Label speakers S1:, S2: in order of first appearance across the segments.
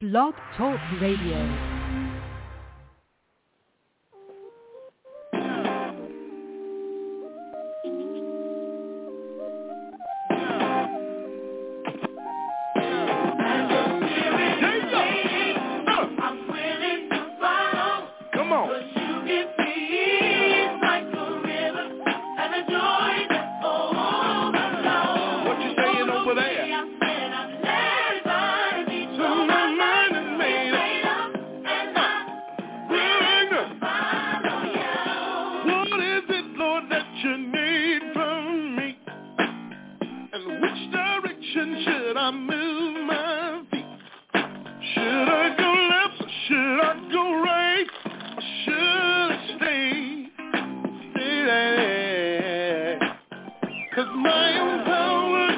S1: Blog Talk Radio.
S2: Come on. What you saying over there? So my mind is made up. What is it, Lord, that you need from me? And which direction should I move my feet? Should I go left or should I go right? Or should I stay? Stay there. 'Cause my own power,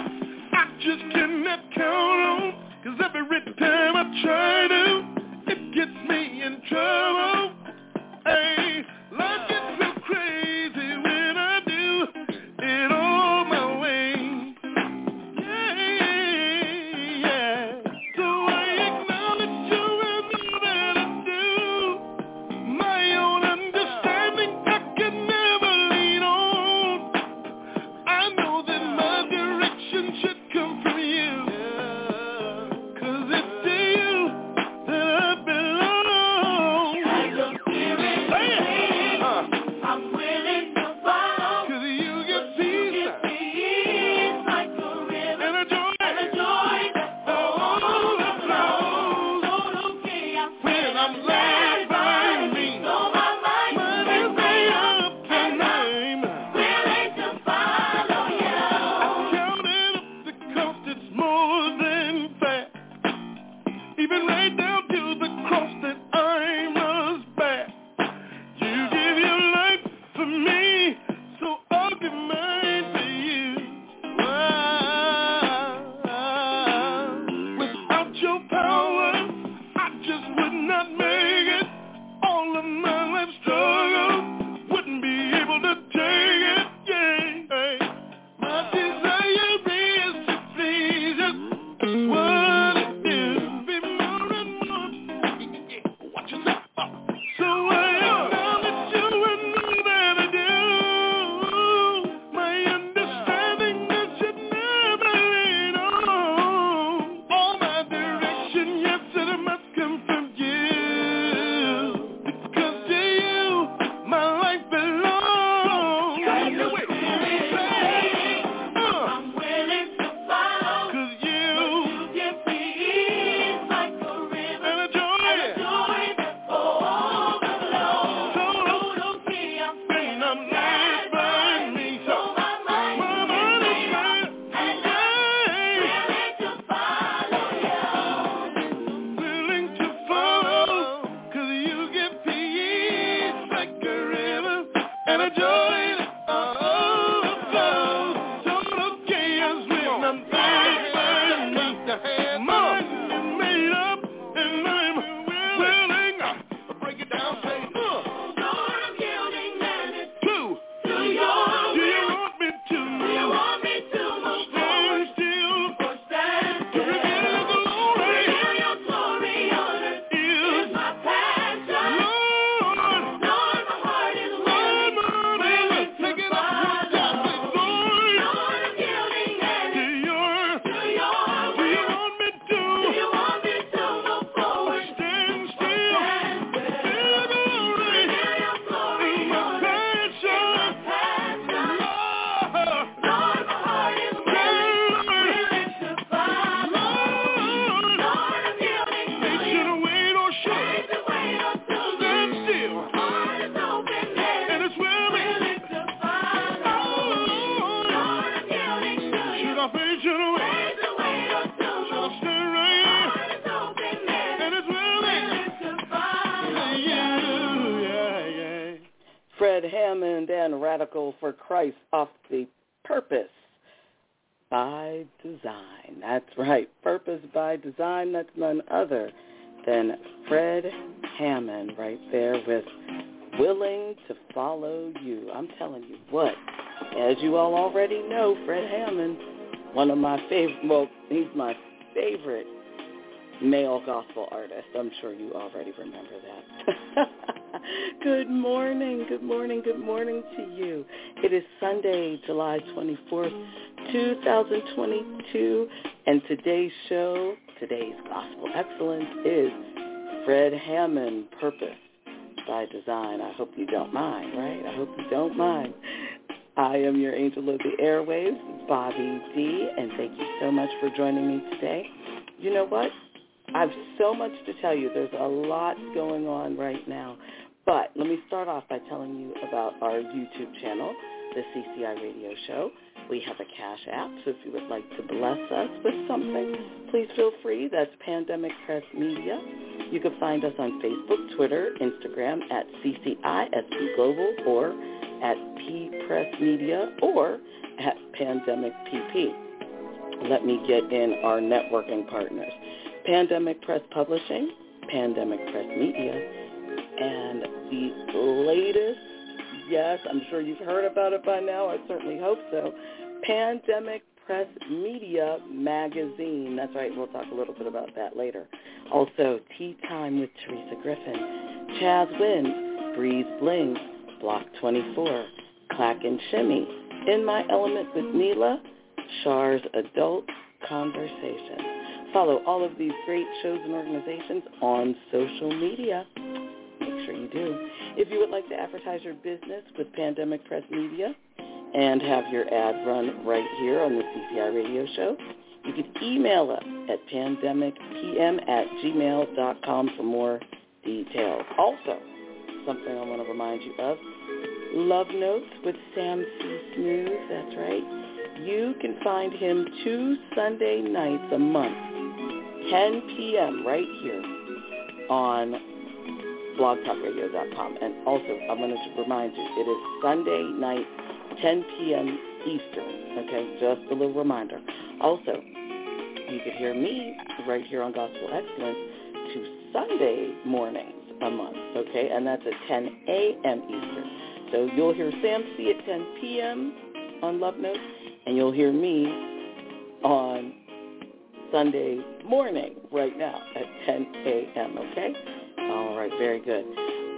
S2: I just cannot count on. 'Cause every time I try to, it gets me in trouble. Hey, life gets so crazy when I do it all my way. Yeah, so I acknowledge to remember that I do my own understanding. I can never lean on. I know that my direction should come from you. Cause it's to you that I belong. Say it. Uh, Cause you give peace and a joy all overflows when I'm led by me. Mine is made up and mine. Counted up the cost, it's more than fair. Even right down to the cross that I must bear. You give your life for me, so I'll give mine for you. Ah, Without your power, I just would not make it. All of my life struggle wouldn't be able to take it. Yeah. My desire is to please you. What it is, be more and more. Watch yourself. So I acknowledge you and know that I do. My understanding that should never lead on. All my direction, yes, it must come from you. Because to you, my life belongs. Uh, Cause you and a joy and I'm led by me. So my mind is made up. willing to follow. Cause you give peace like a river and a joy that overflows. Total chaos when I'm back burning. Mine is made up and I'm willing. Break it down, say, uh, two. Do you want me to move? Stand still. To reveal the glory. Is Lord.
S3: Fred Hammond and Radical for Christ off the Purpose by Design. That's right, Purpose by Design. That's none other than Fred Hammond right there with Willing to Follow You. I'm telling you what, as you all already know, Fred Hammond, one of my favorite, well, he's my favorite male gospel artist. I'm sure you already remember that. good morning, good morning, good morning to you. It is Sunday, July 24th, 2022, and today's show, today's gospel excellence is Fred Hammond, Purpose by Design. I hope you don't mind, right? I hope you don't mind. I am your angel of the airwaves, Bobby D, and thank you so much for joining me today. You know what? I've so much to tell you. There's a lot going on right now. But let me start off by telling you about our YouTube channel, the CCI Radio Show. We have a cash app, so if you would like to bless us with something, please feel free. That's Pandemic Press Media. You can find us on Facebook, Twitter, Instagram at CCISB Global or at P Press Media or at Pandemic PP let me get in our networking partners. Pandemic Press Publishing, Pandemic Press Media, and the latest, yes, I'm sure you've heard about it by now, I certainly hope so, Pandemic Press Media Magazine. That's right, we'll talk a little bit about that later. Also, Tea Time with Teresa Griffin, Chaz Wins, Breeze Bling, Block 24, Clack and Shimmy, In My Element with Neela, Shar's Adult Conversation. Follow all of these great shows and organizations on social media. Make sure you do. If you would like to advertise your business with Pandemic Press Media and have your ad run right here on the CCI radio show, you can email us at pandemicpm at gmail.com for more details. Also, something I want to remind you of, Love Notes with Sam C. Smooth. That's right. You can find him two Sunday nights a month, 10 p.m. right here on blogtalkradio.com. And also, I wanted to remind you, it is Sunday night, 10 p.m. Eastern. Okay, just a little reminder. Also, you could hear me right here on Gospel Excellence to Sunday mornings a month. Okay, and that's at 10 a.m. Eastern. So you'll hear Sam C at 10 p.m. on Love Notes and you'll hear me on Sunday morning right now at 10 a.m., okay? All right, very good.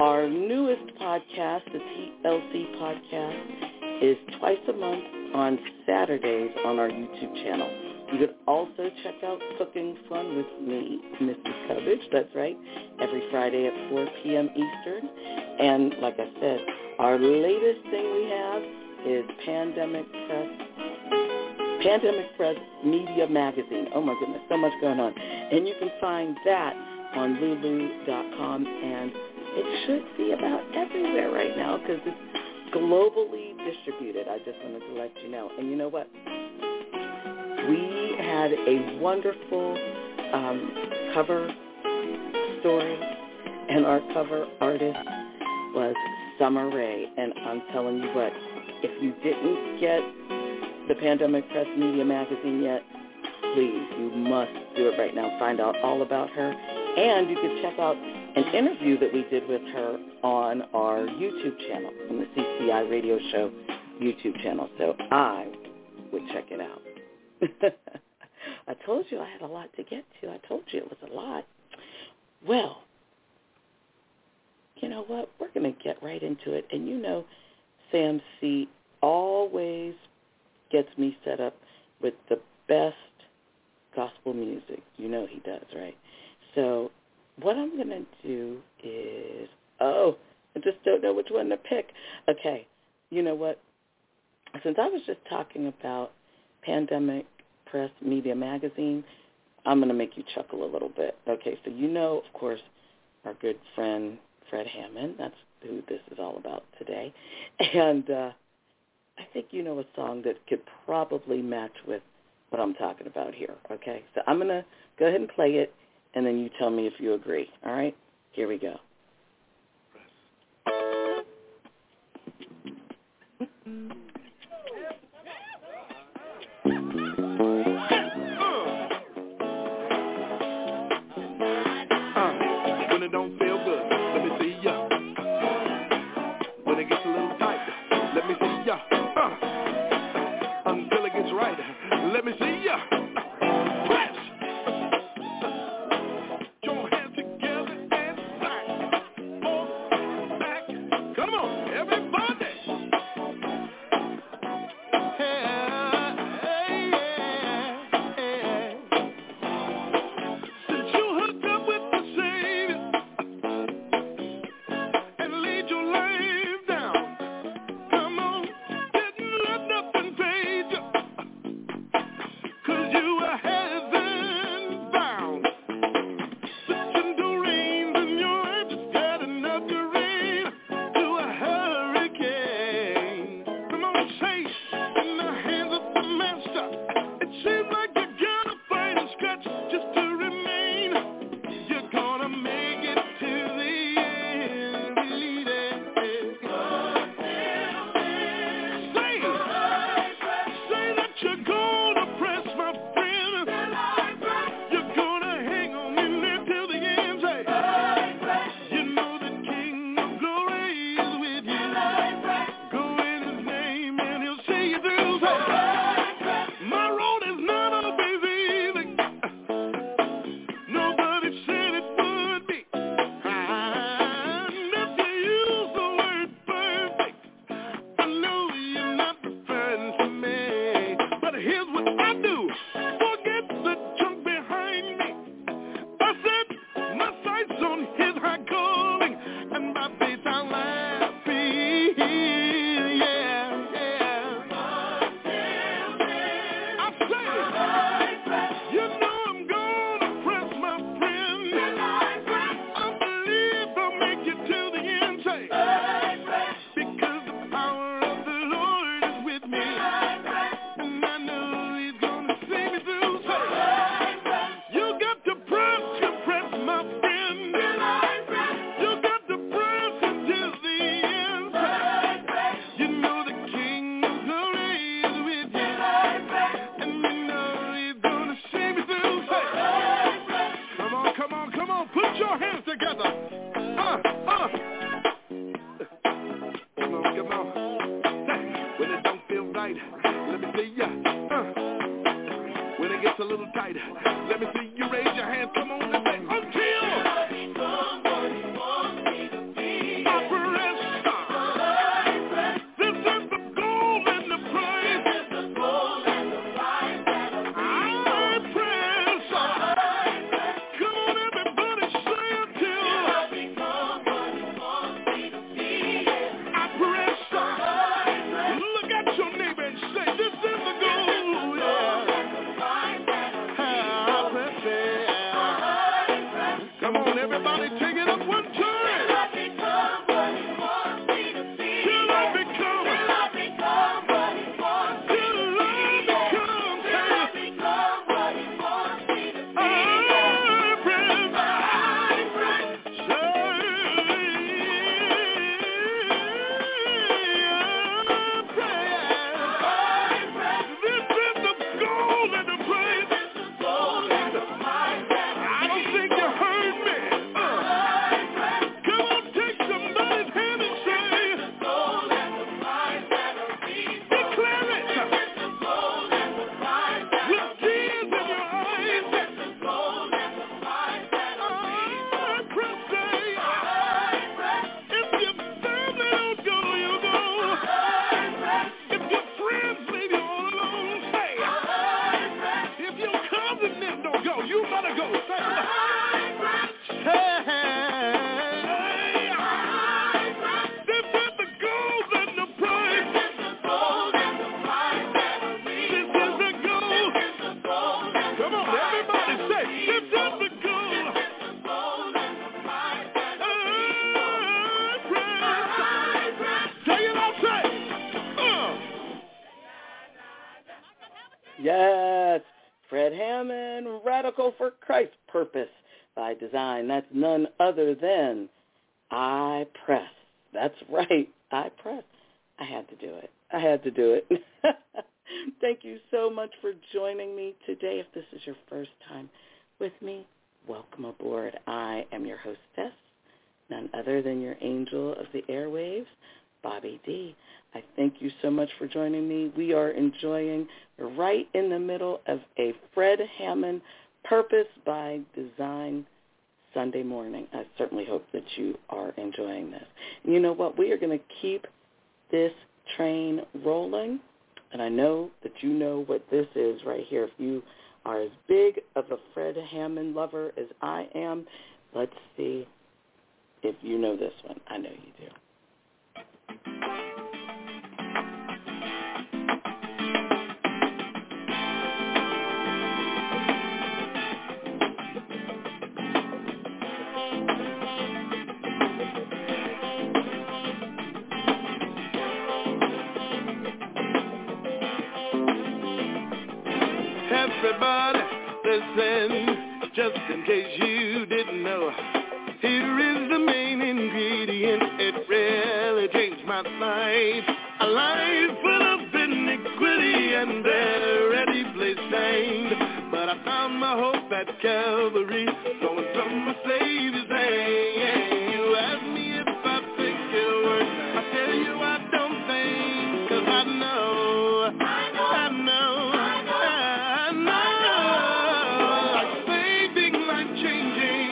S3: Our newest podcast, the TLC podcast, is twice a month on Saturdays on our YouTube channel. You can also check out Cooking Fun with me, Mrs. Covage, that's right, every Friday at 4 p.m. Eastern. And like I said, our latest thing we have is Pandemic Press Pandemic Press Media Magazine. Oh my goodness, so much going on. And you can find that on lulu.com and it should be about everywhere right now because it's globally distributed. I just wanted to let you know. And you know what? We had a wonderful um, cover story and our cover artist was Summer Rae. And I'm telling you what, if you didn't get the Pandemic Press Media magazine yet, please, you must do it right now. Find out all about her. And you can check out an interview that we did with her on our YouTube channel, on the CCI Radio Show YouTube channel. So I would check it out. I told you I had a lot to get to. I told you it was a lot. Well, you know what? We're going to get right into it. And you know, Sam C always gets me set up with the best gospel music. You know he does, right? So what I'm going to do is, oh, I just don't know which one to pick. Okay, you know what? Since I was just talking about Pandemic Press Media Magazine, I'm going to make you chuckle a little bit. Okay, so you know, of course, our good friend Fred Hammond. That's who this is all about today. And uh, I think you know a song that could probably match with what I'm talking about here. Okay, so I'm gonna go ahead and play it, and then you tell me if you agree. All right, here we go.
S2: Uh, when it don't feel good, let me see ya. When it gets a little tight, let me see ya. Uh, until it gets right, let me see ya. Press. It's on his high calling, and by faith I'll I be. Yeah, yeah. I say, you know I'm gonna press my friend. I believe I'll make it to the end. Say, because the power of the Lord is with me. And I know he's gonna see me through. Say, you got to press, you press, my friend. You got to press until the end. Say, you know the King of Glory is with you. And you know he's gonna see me through. Say, come on, come on, come on, put your hands together. Uh, uh. Come on, come on. Hey, When it don't feel right, let me see ya. Uh. When it gets a little tight, let me see you raise your hands. Come on and say, until. I press. This is the goal and the prize. I press. Come on, everybody, say until. I press. Look at your neighbor and say, this is the goal. I press. Come on, everybody, take it up one time. Till I become. Till I become. Uh, With tears in your eyes, Come on, everybody say, this is the goal. Uh.
S3: Yes, Fred Hammond, Radical for Christ, Purpose by Design. That's none other than I Press. That's right, I Press. I had to do it. I had to do it. Thank you so much for joining me today. If this is your first time with me, welcome aboard. I am your hostess, none other than your angel of the airwaves, Bobby D. I thank you so much for joining me. We are enjoying we're right in the middle of a Fred Hammond Purpose by Design Sunday morning. I certainly hope that you are enjoying this. And you know what? We are going to keep this train rolling. And I know that you know what this is right here. If you are as big of a Fred Hammond lover as I am, let's see if you know this one. I know you do.
S2: Everybody, listen, just in case you didn't know. Here is the main ingredient. It really changed my life. A life full of iniquity and already place named. But I found my hope at Calvary. Going from my Savior's hand. You ask me if I think it works. I tell you I don't think, 'cause I know. I know. I know. Like saving, like changing.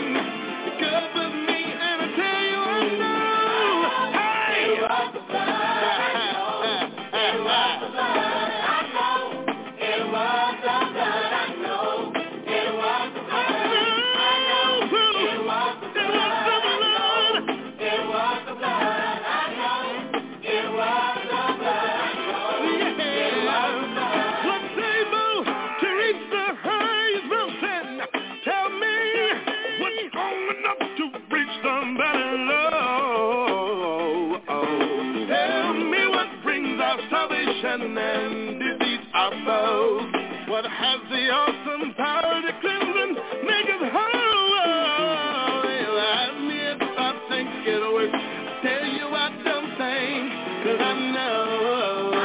S2: It covers me, and I tell you I know. Hey! It was the blood. I know. It was the blood. I know. It was the blood. I know. long enough to reach somebody low. Tell me what brings our salvation and defeats our foes. What has the awesome power to cleanse and make us whole? Well, ask me if I think it works. Tell you I don't think, 'cause I know, I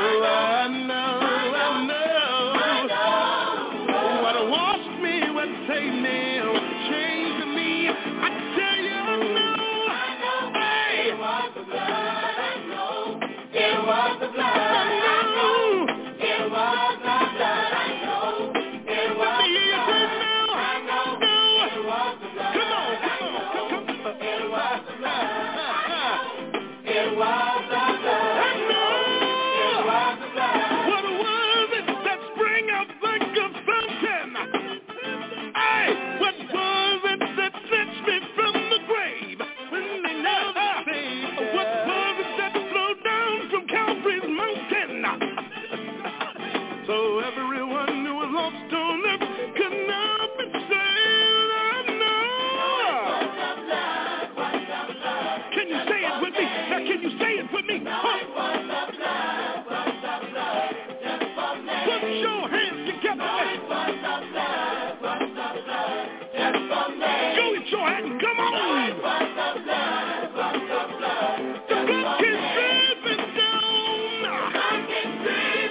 S2: know, I know. What washed me, what saved me, what changed me. I tell you, I know. I know. Hey. It was the blood. I know. It was the blood. I know. It was the blood. I know. It was the blood. I know. It was the blood. Come on, come on, come on. It was the blood. It was the blood. I know. It was the blood. What was it that sprang up like a fountain? Hey, what was it that snatched me from the grave? When they love what was it that flowed down from Calvary's mountain? so everyone who was lost on earth could now be saved. I know. Can you say it with me? Now, can you say it with me? Huh? Put your hands together. Go with your hat and come on. The blood can strip me down. The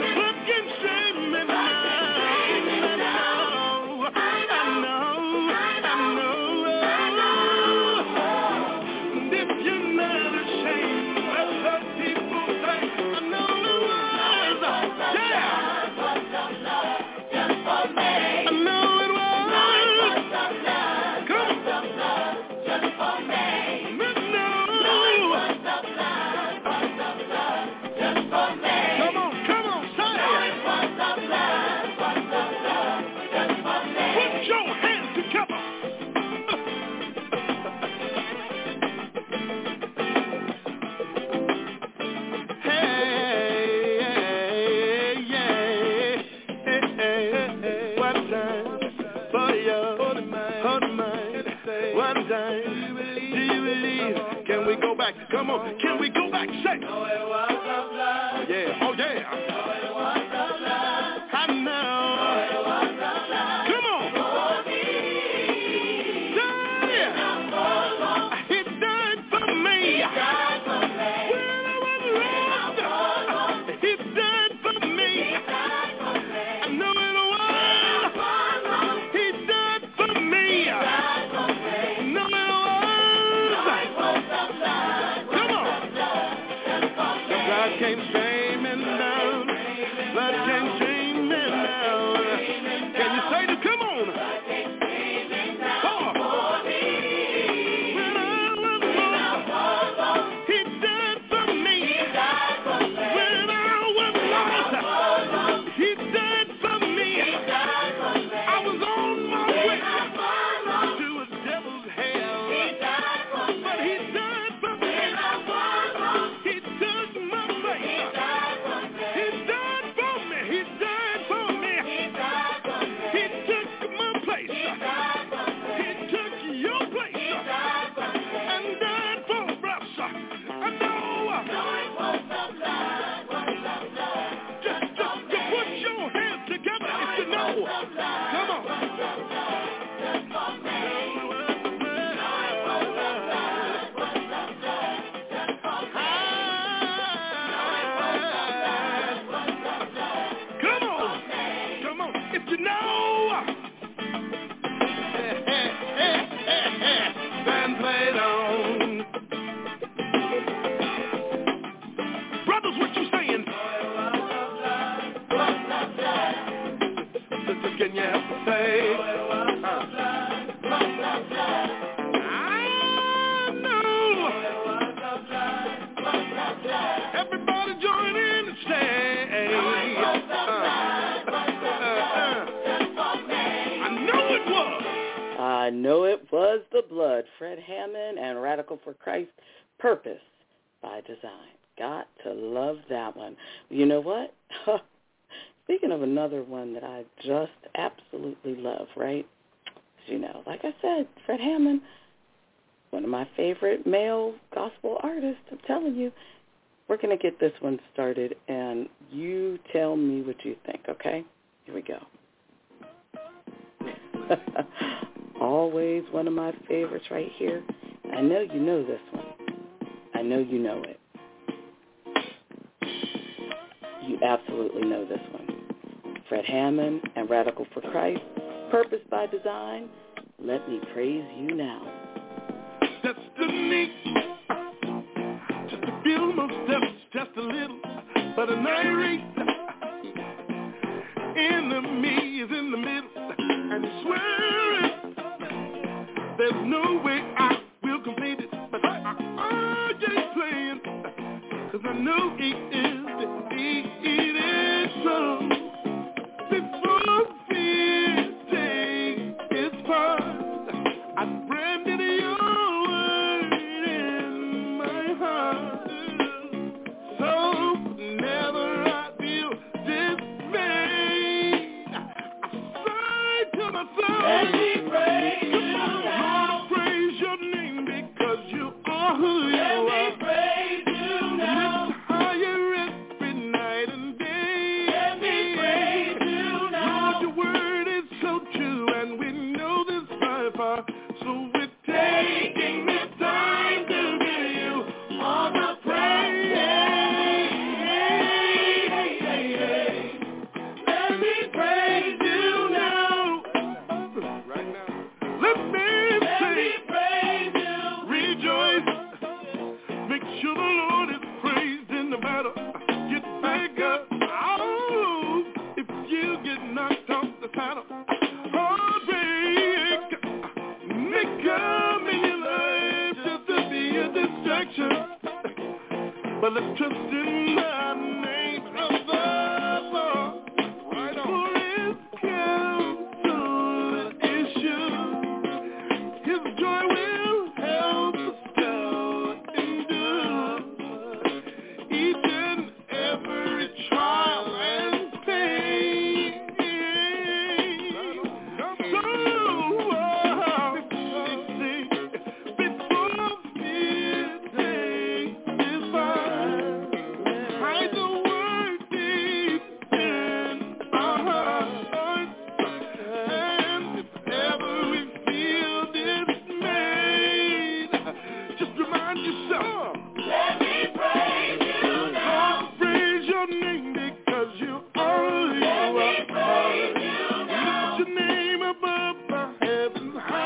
S2: blood can strip me down. I know, I know, I know. If you're not ashamed of what people think, I know the words. Yeah. I know it was. Come on. No, no. Come on, come on, say it. Put your hands together. Hey, yeah, yeah. One time for your heart of mine. One time. Do you believe? Can we go back? Come on. Can we go back? Say. Yeah. Oh yeah. I know. Come on. Yeah. He died for me. When I was lost, he died for me. I know it was. He died for me. No, it was. Come on. The blood came streaming down. Blood came streaming down. Can you say this? Come on. Come on. When I was lost, he died for me. When I was lost, he died for me. I was on my way to a devil's hell, but he died for me. He took my place. He died for me. He died for me. He took my place. He took your place and died for us. uh, I know. Just, just, just put your hands together if you know. Come on. Come on. Come on. If you know. Then play it on. Brothers, what you saying? Sister, can you help me say? I know. Everybody join in and say. Uh, uh, uh. I know it was.
S3: I know it was the blood. Fred Hammond and Radical for Christ, Purpose by Design. Got to love that one. You know what? Speaking of another one that I just absolutely love, right? 'Cause, You know, like I said, Fred Hammond, my favorite male gospel artist. I'm telling you, we're going to get this one started, and you tell me what you think, okay? Here we go. Always one of my favorites right here. I know you know this one. I know you know it. You absolutely know this one. Fred Hammond and Radical for Christ, Purpose by Design, Let Me Praise You Now.
S2: Destiny, just a few more steps, just a little, but an irate enemy is in the middle, and he's swearing there's no way I will complete it, but I, I, I just playing, 'cause I know it is, it, it is so. Before fear takes its part, I branded your word in my heart. So never I feel dismayed. I say to myself, Let me praise you now. praise your name because you are who you are. Let me praise you now. Lift higher every night and day. Let me praise you now. Lord, your word is so true and we know this by far. So we're taking this time to give you all the praise. Let me praise you now. Right now. Let me Let me praise you. Rejoice. Make sure the Lord is praised in the battle. Get back up. Oh, if you get knocked off the saddle. Heartbreak. May come in your life just to be a distraction. But let's trust in the name of the Lord. Right on. For his counsel is sure. His joy will help us to endure each and every trial and pain. So, uh, sing before fear takes its flight. Hide the word deep in our hearts, and if ever we feel dismayed, just remind yourself. Let me praise you now. Praise your name because you are who you are. Lift your name above the heavens high.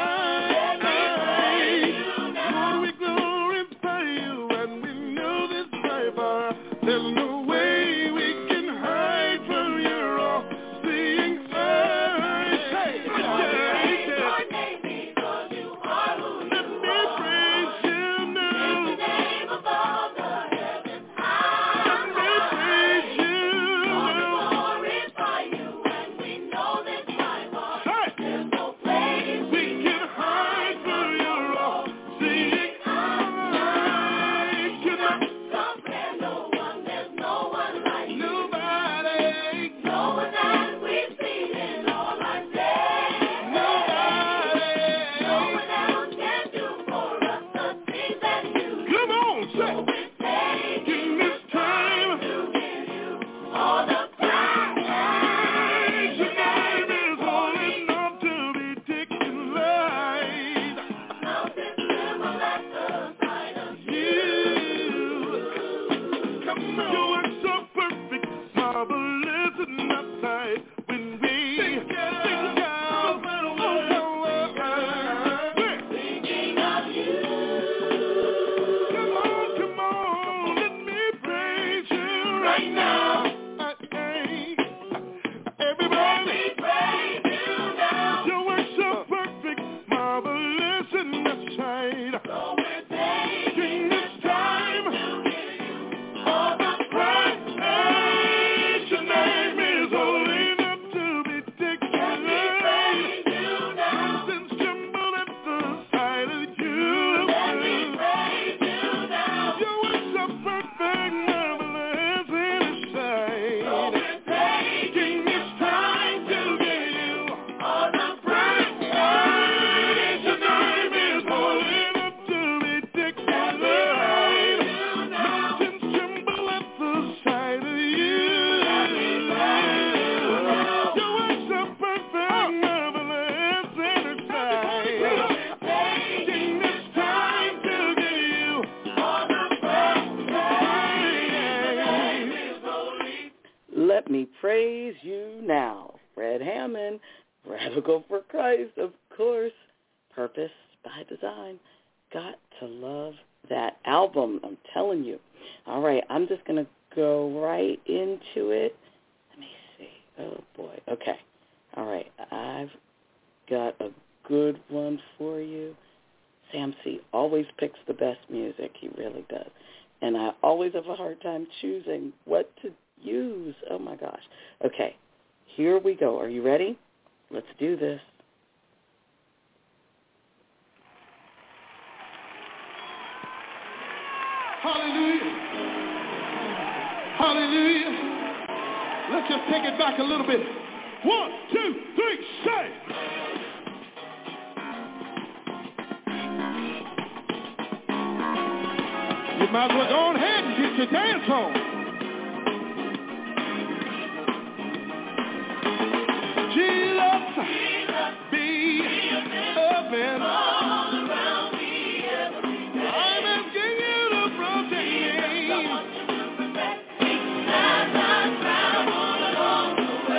S2: Lord, we glorify you and we know this by far. There's no way we can hide from your all-seeing eye. Your name because you are who you Let me praise you now. Lift your name above the heavens high. Let me praise you now. Lord, we glorify you and we know this by far. There's no place we can hide from your all-seeing eye. Cannot compare no one. There's no one like you. Nobody. No one that we've seen in all our days. Nobody. No one else can do for us the things that you. Come on, say. So we're taking this time to give you all the praise. Tonight is all enough to be taken light. Mountains tremble at the sight of you. Come on. You are so perfect, marvelous in my sight. When we think of the world, thinking of you. Come on, come on, let me praise you right now. Everybody, praise you now. You are so perfect, marvelous in my sight. So we're taking this time to give you all the praise. Your name is holy enough to be taken. Let me praise you now. Since tremble at the sight of you. Let me praise you now. You are so perfect, marvelous in His sight. So we're taking this time to give you all the praise. Your name is holy enough to
S3: praise you now. Fred Hammond, Radical for Christ, of course. Purpose by Design. Got to love that album, I'm telling you. All right, I'm just going to go right into it. Let me see. Oh, boy. Okay. All right. I've got a good one for you. Sam C. always picks the best music. He really does. And I always have a hard time choosing what to use. Oh, my gosh. Okay. Here we go. Are you ready? Let's do this.
S2: Hallelujah. Hallelujah. Let's just take it back a little bit. One, two, three, say. You might as well go on ahead and get your dance on. Jesus, be up and I'm asking you to protect me.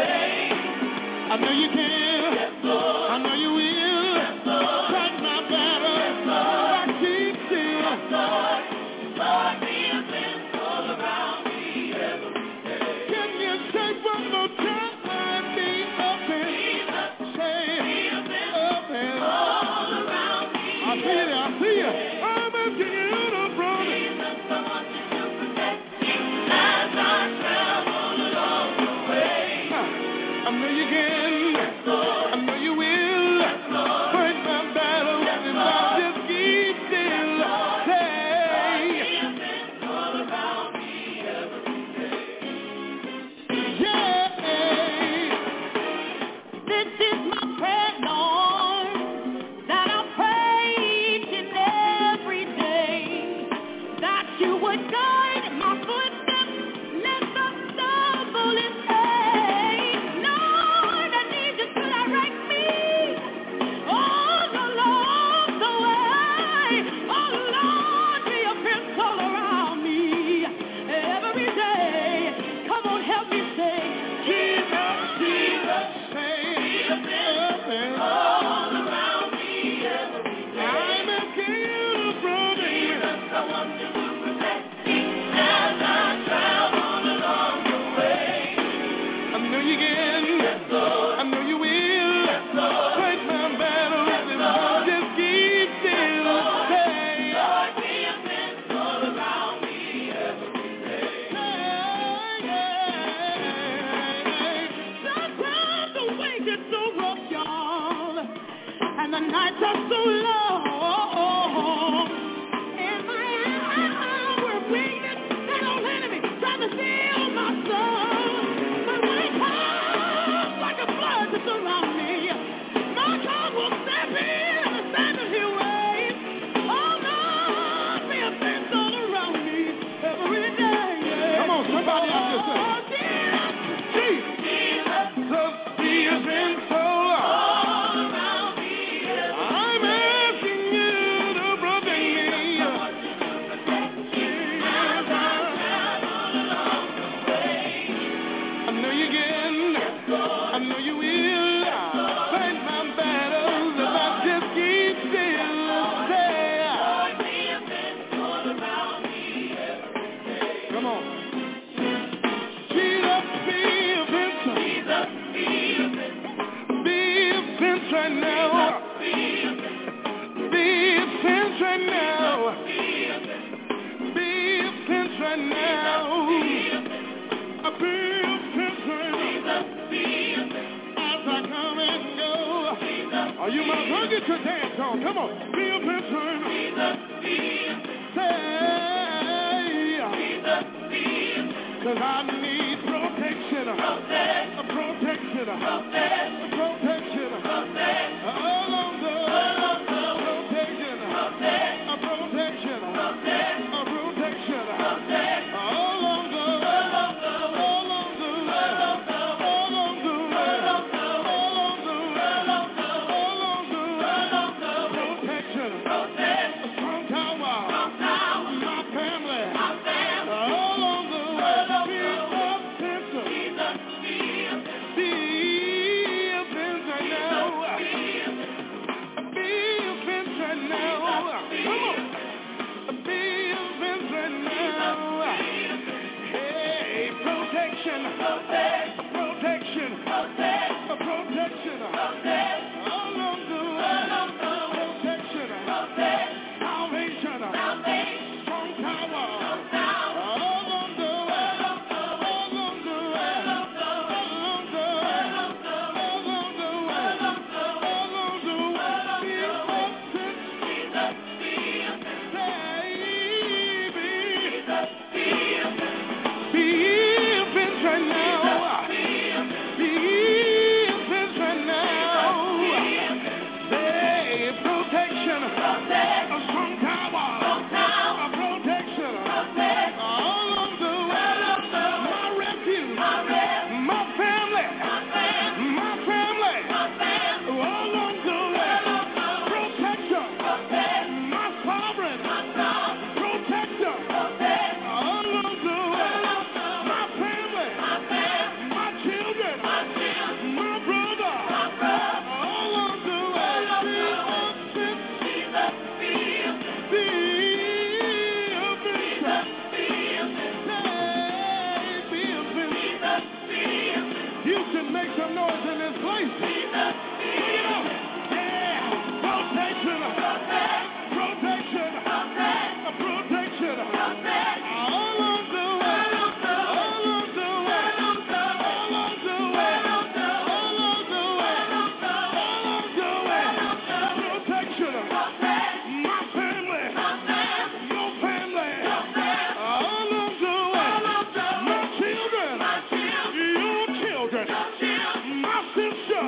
S2: I know you can. I know you will. Fight my battle. I keep saying. Can you say one more time? Be up and say up and. I see it. I see it. I'm asking you to promise. I know you can. I know you will. Fight my battle if I just keep still. Say, yeah.
S4: This is my prayer, Lord, that I pray each and every day, that you would guide my footsteps, let the stumble and say, Lord, I need you to direct me all along the way. Oh, Lord, be a fence all around me every day. Come on, help me say, Jesus, Jesus. Sometimes the way gets so rough, y'all, and the nights are so long. And my eyes were bleeding, that old enemy tried to steal my soul. But when comes like a flood to surround me, my God will step in and stand in His way. Oh Lord, be a fence all around me every day.
S2: Come on, somebody else just say.
S4: Oh, Jesus.
S2: Come on. Jesus, be a fence. Be a fence right now. Be a fence right now. Be a fence right now. Be a fence right now. As I come and go. Are you my son? Get your dance on. Come on. Be a fence right now. Say, Cause I need protection. Protection. Protection. All of the protection. Protection. Protection. All of the- all of the- all of the- all of the- all of the- protection. Strong tower. My family. All of the- be a fence. Be Salvation. Strong power. Protection. A strong power. A protection. All of the way. My refuge. My family. My family. All of the way. Protection. My sovereign. Protector. All of the way. My family. My children. My brother. All of the way. You can make some noise in this place. Yeah. Protection. Protection. Protection. All of the way. All of the way. All of the way. All of the way. All of the way. Protection. My family. Your family. All of the way. My children. Your children. My sister.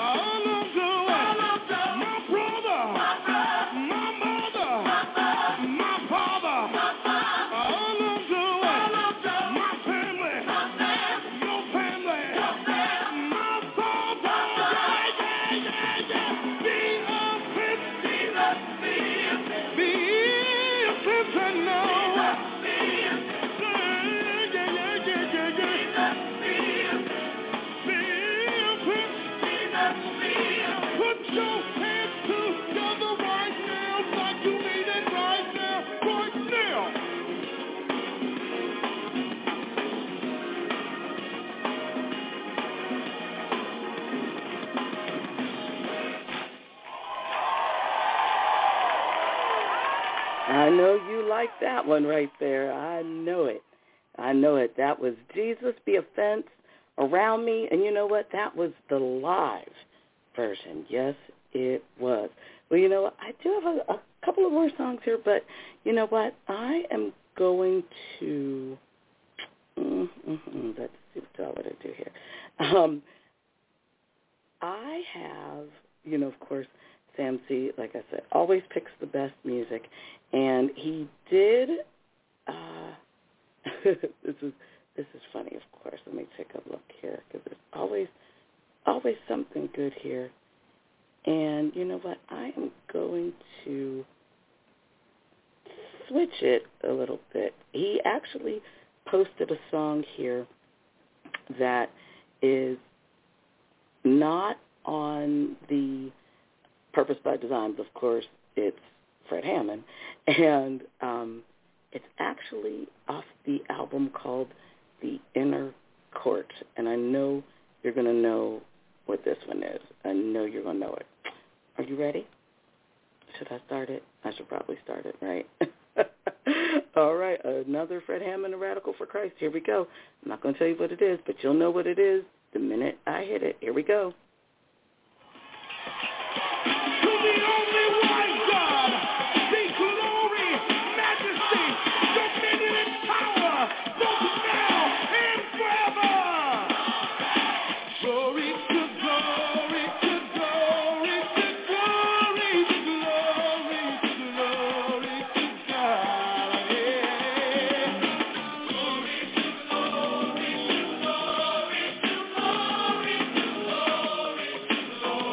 S2: All of the way. My brother. My mother. My father. All of the way. My family. Your family. My father. Yeah, yeah, yeah. Be a prince. Be a prince and now. Put your hands together right now, like you mean it right now, right now.
S3: I know you like that one right there. I know it. I know it. That was Jesus be a fence around me. And you know what? That was the live version. Yes, it was. Well, you know what? I do have a, a couple of more songs here, but you know what? I am going to... mm mm mm. Let's see what I to do here. Um, I have, you know, of course, Sam C, like I said, always picks the best music. And he did, uh, this is this is funny, of course. Let me take a look here because there's always, always something good here. And you know what? I am going to switch it a little bit. He actually posted a song here that is not on the Purpose by Design, but of course it's Fred Hammond, and um, it's actually off the album called The Inner Court, and I know you're going to know what this one is. I know you're going to know it. Are you ready? Should I start it? I should probably start it, right? All right, another Fred Hammond, A Radical for Christ. Here we go. I'm not going to tell you what it is, but you'll know what it is the minute I hit it. Here we go.
S2: To the only wise God, be glory, majesty, dominion and power, both now and forever. Glory to glory to glory to glory to glory to glory to God. Yeah. Glory to glory to glory to glory to glory.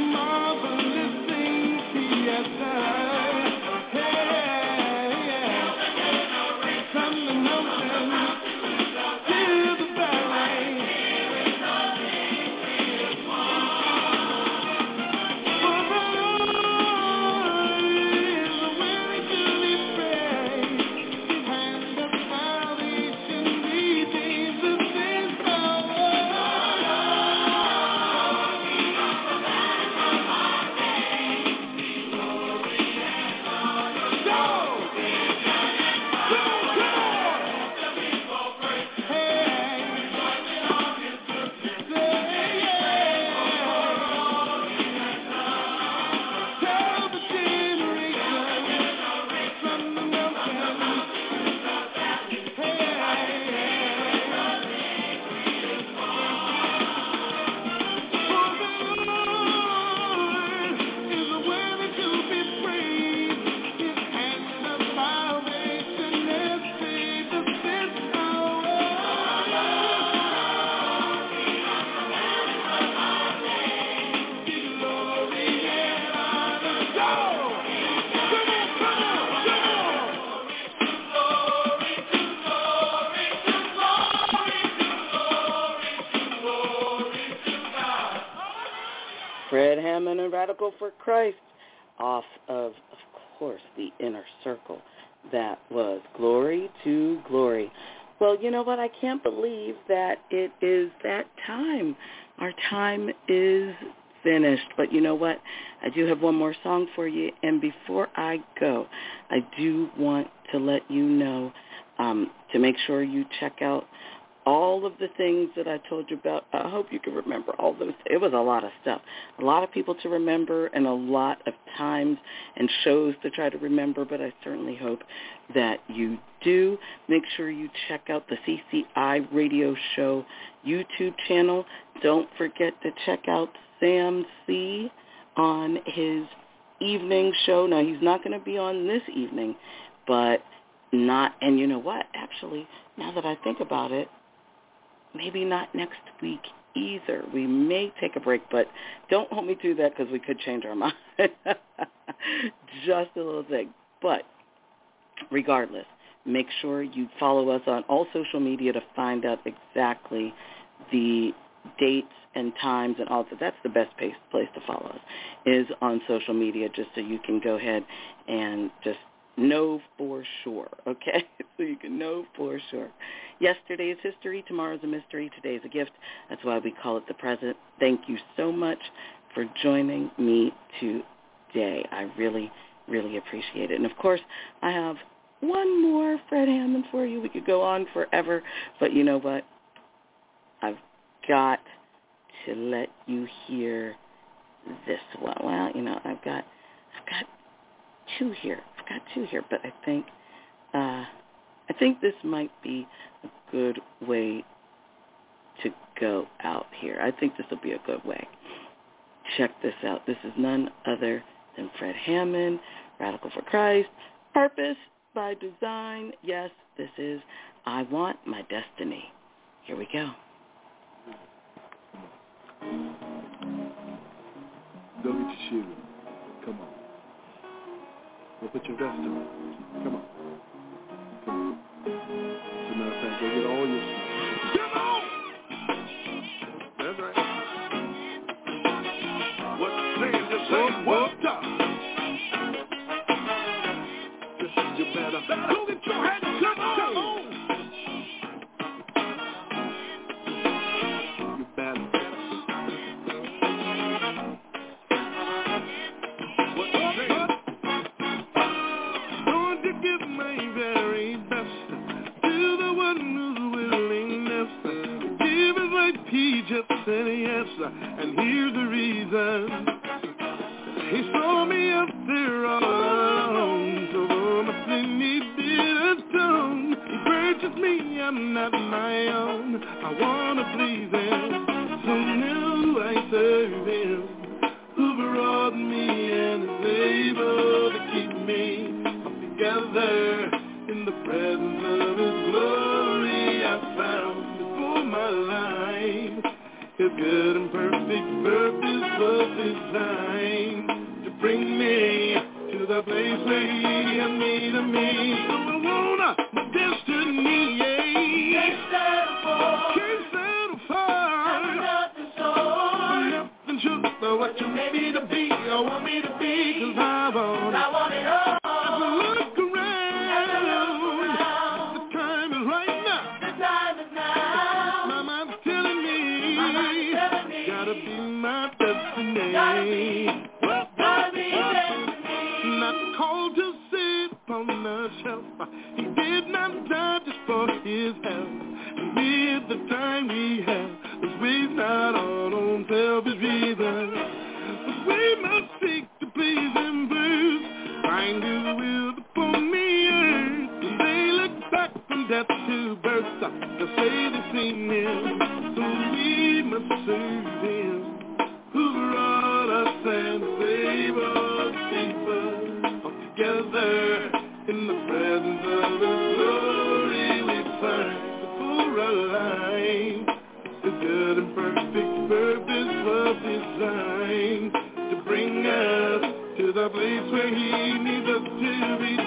S2: marvelous things He has done. Hey, from the mountains to the valley, for the Lord is the wonderfully praised. Behind the foundation, He redeems His power.
S3: Fred Hammond and Radical for Christ off of, of course, the inner circle. That was Glory to Glory. Well, you know what? I can't believe that it is that time. Our time is finished. But you know what? I do have one more song for you. And before I go, I do want to let you know um, to make sure you check out all of the things that I told you about. I hope you can remember all those. It was a lot of stuff, a lot of people to remember, and a lot of times and shows to try to remember. But I certainly hope that you do. Make sure you check out the CCI Radio Show YouTube channel. Don't forget to check out Sam C on his evening show. Now he's not going to be on this evening, but not. And you know what? Actually, now that I think about it maybe not next week either. We may take a break, but don't hold me to that because we could change our mind. Just a little thing. But regardless, make sure you follow us on all social media to find out exactly the dates and times and all that. That's the best place, place to follow us is on social media just so you can go ahead and just know for sure, okay? So you can know for sure. Yesterday is history, tomorrow's a mystery, today's a gift. That's why we call it the present. Thank you so much for joining me today. I really, really appreciate it. And of course, I have one more Fred Hammond for you. We could go on forever, but you know what? I've got to let you hear this one. Well, you know, I've got, I've got two here. I've got two here, but I think, uh, I think this might be a good way to go out here. I think this will be a good way. Check this out. This is none other than Fred Hammond, Radical for Christ, Purpose by Design. Yes, this is I Want My Destiny. Here we go.
S2: Don't get your shoe. Come on. Now put your vest on. Come on. Come on. As a matter of fact, go get all your stuff. Come on! That's right. What's saying just ain't whooped up. This is your better. Go get your head and come on! Come on! You better. What's saying? Lord, to give my very best to the one who's willingness to give his life. He just said yes, and here's the reason. He saw me up there all alone, so nothing he did atone. He purchased me, I'm not my own. I wanna please him, so now I serve him who brought me and is able to keep me together in the presence of his glory I found for my life his good and perfect purpose of design time to bring me to the place where you need to me. I'm the one, uh, my destiny. Yeah. Can't settle for nothing short of what you made me to be or want me to be. 'Cause I want it. As I look around, the time is right now. My mind's telling me, gotta be my destiny. Well, Not called to sit on the shelf. He did not die just for his health. And with the time we have, let's waste not all on selfish reasons. But we must seek to please him first. Find his will upon the earth. And they look back from death to birth. The say they've seen him. So we must serve him. Who brought us and saved us people all together in the presence of his glory we serve the full line. The good and perfect purpose was designed to bring us to the place where he needs us to be.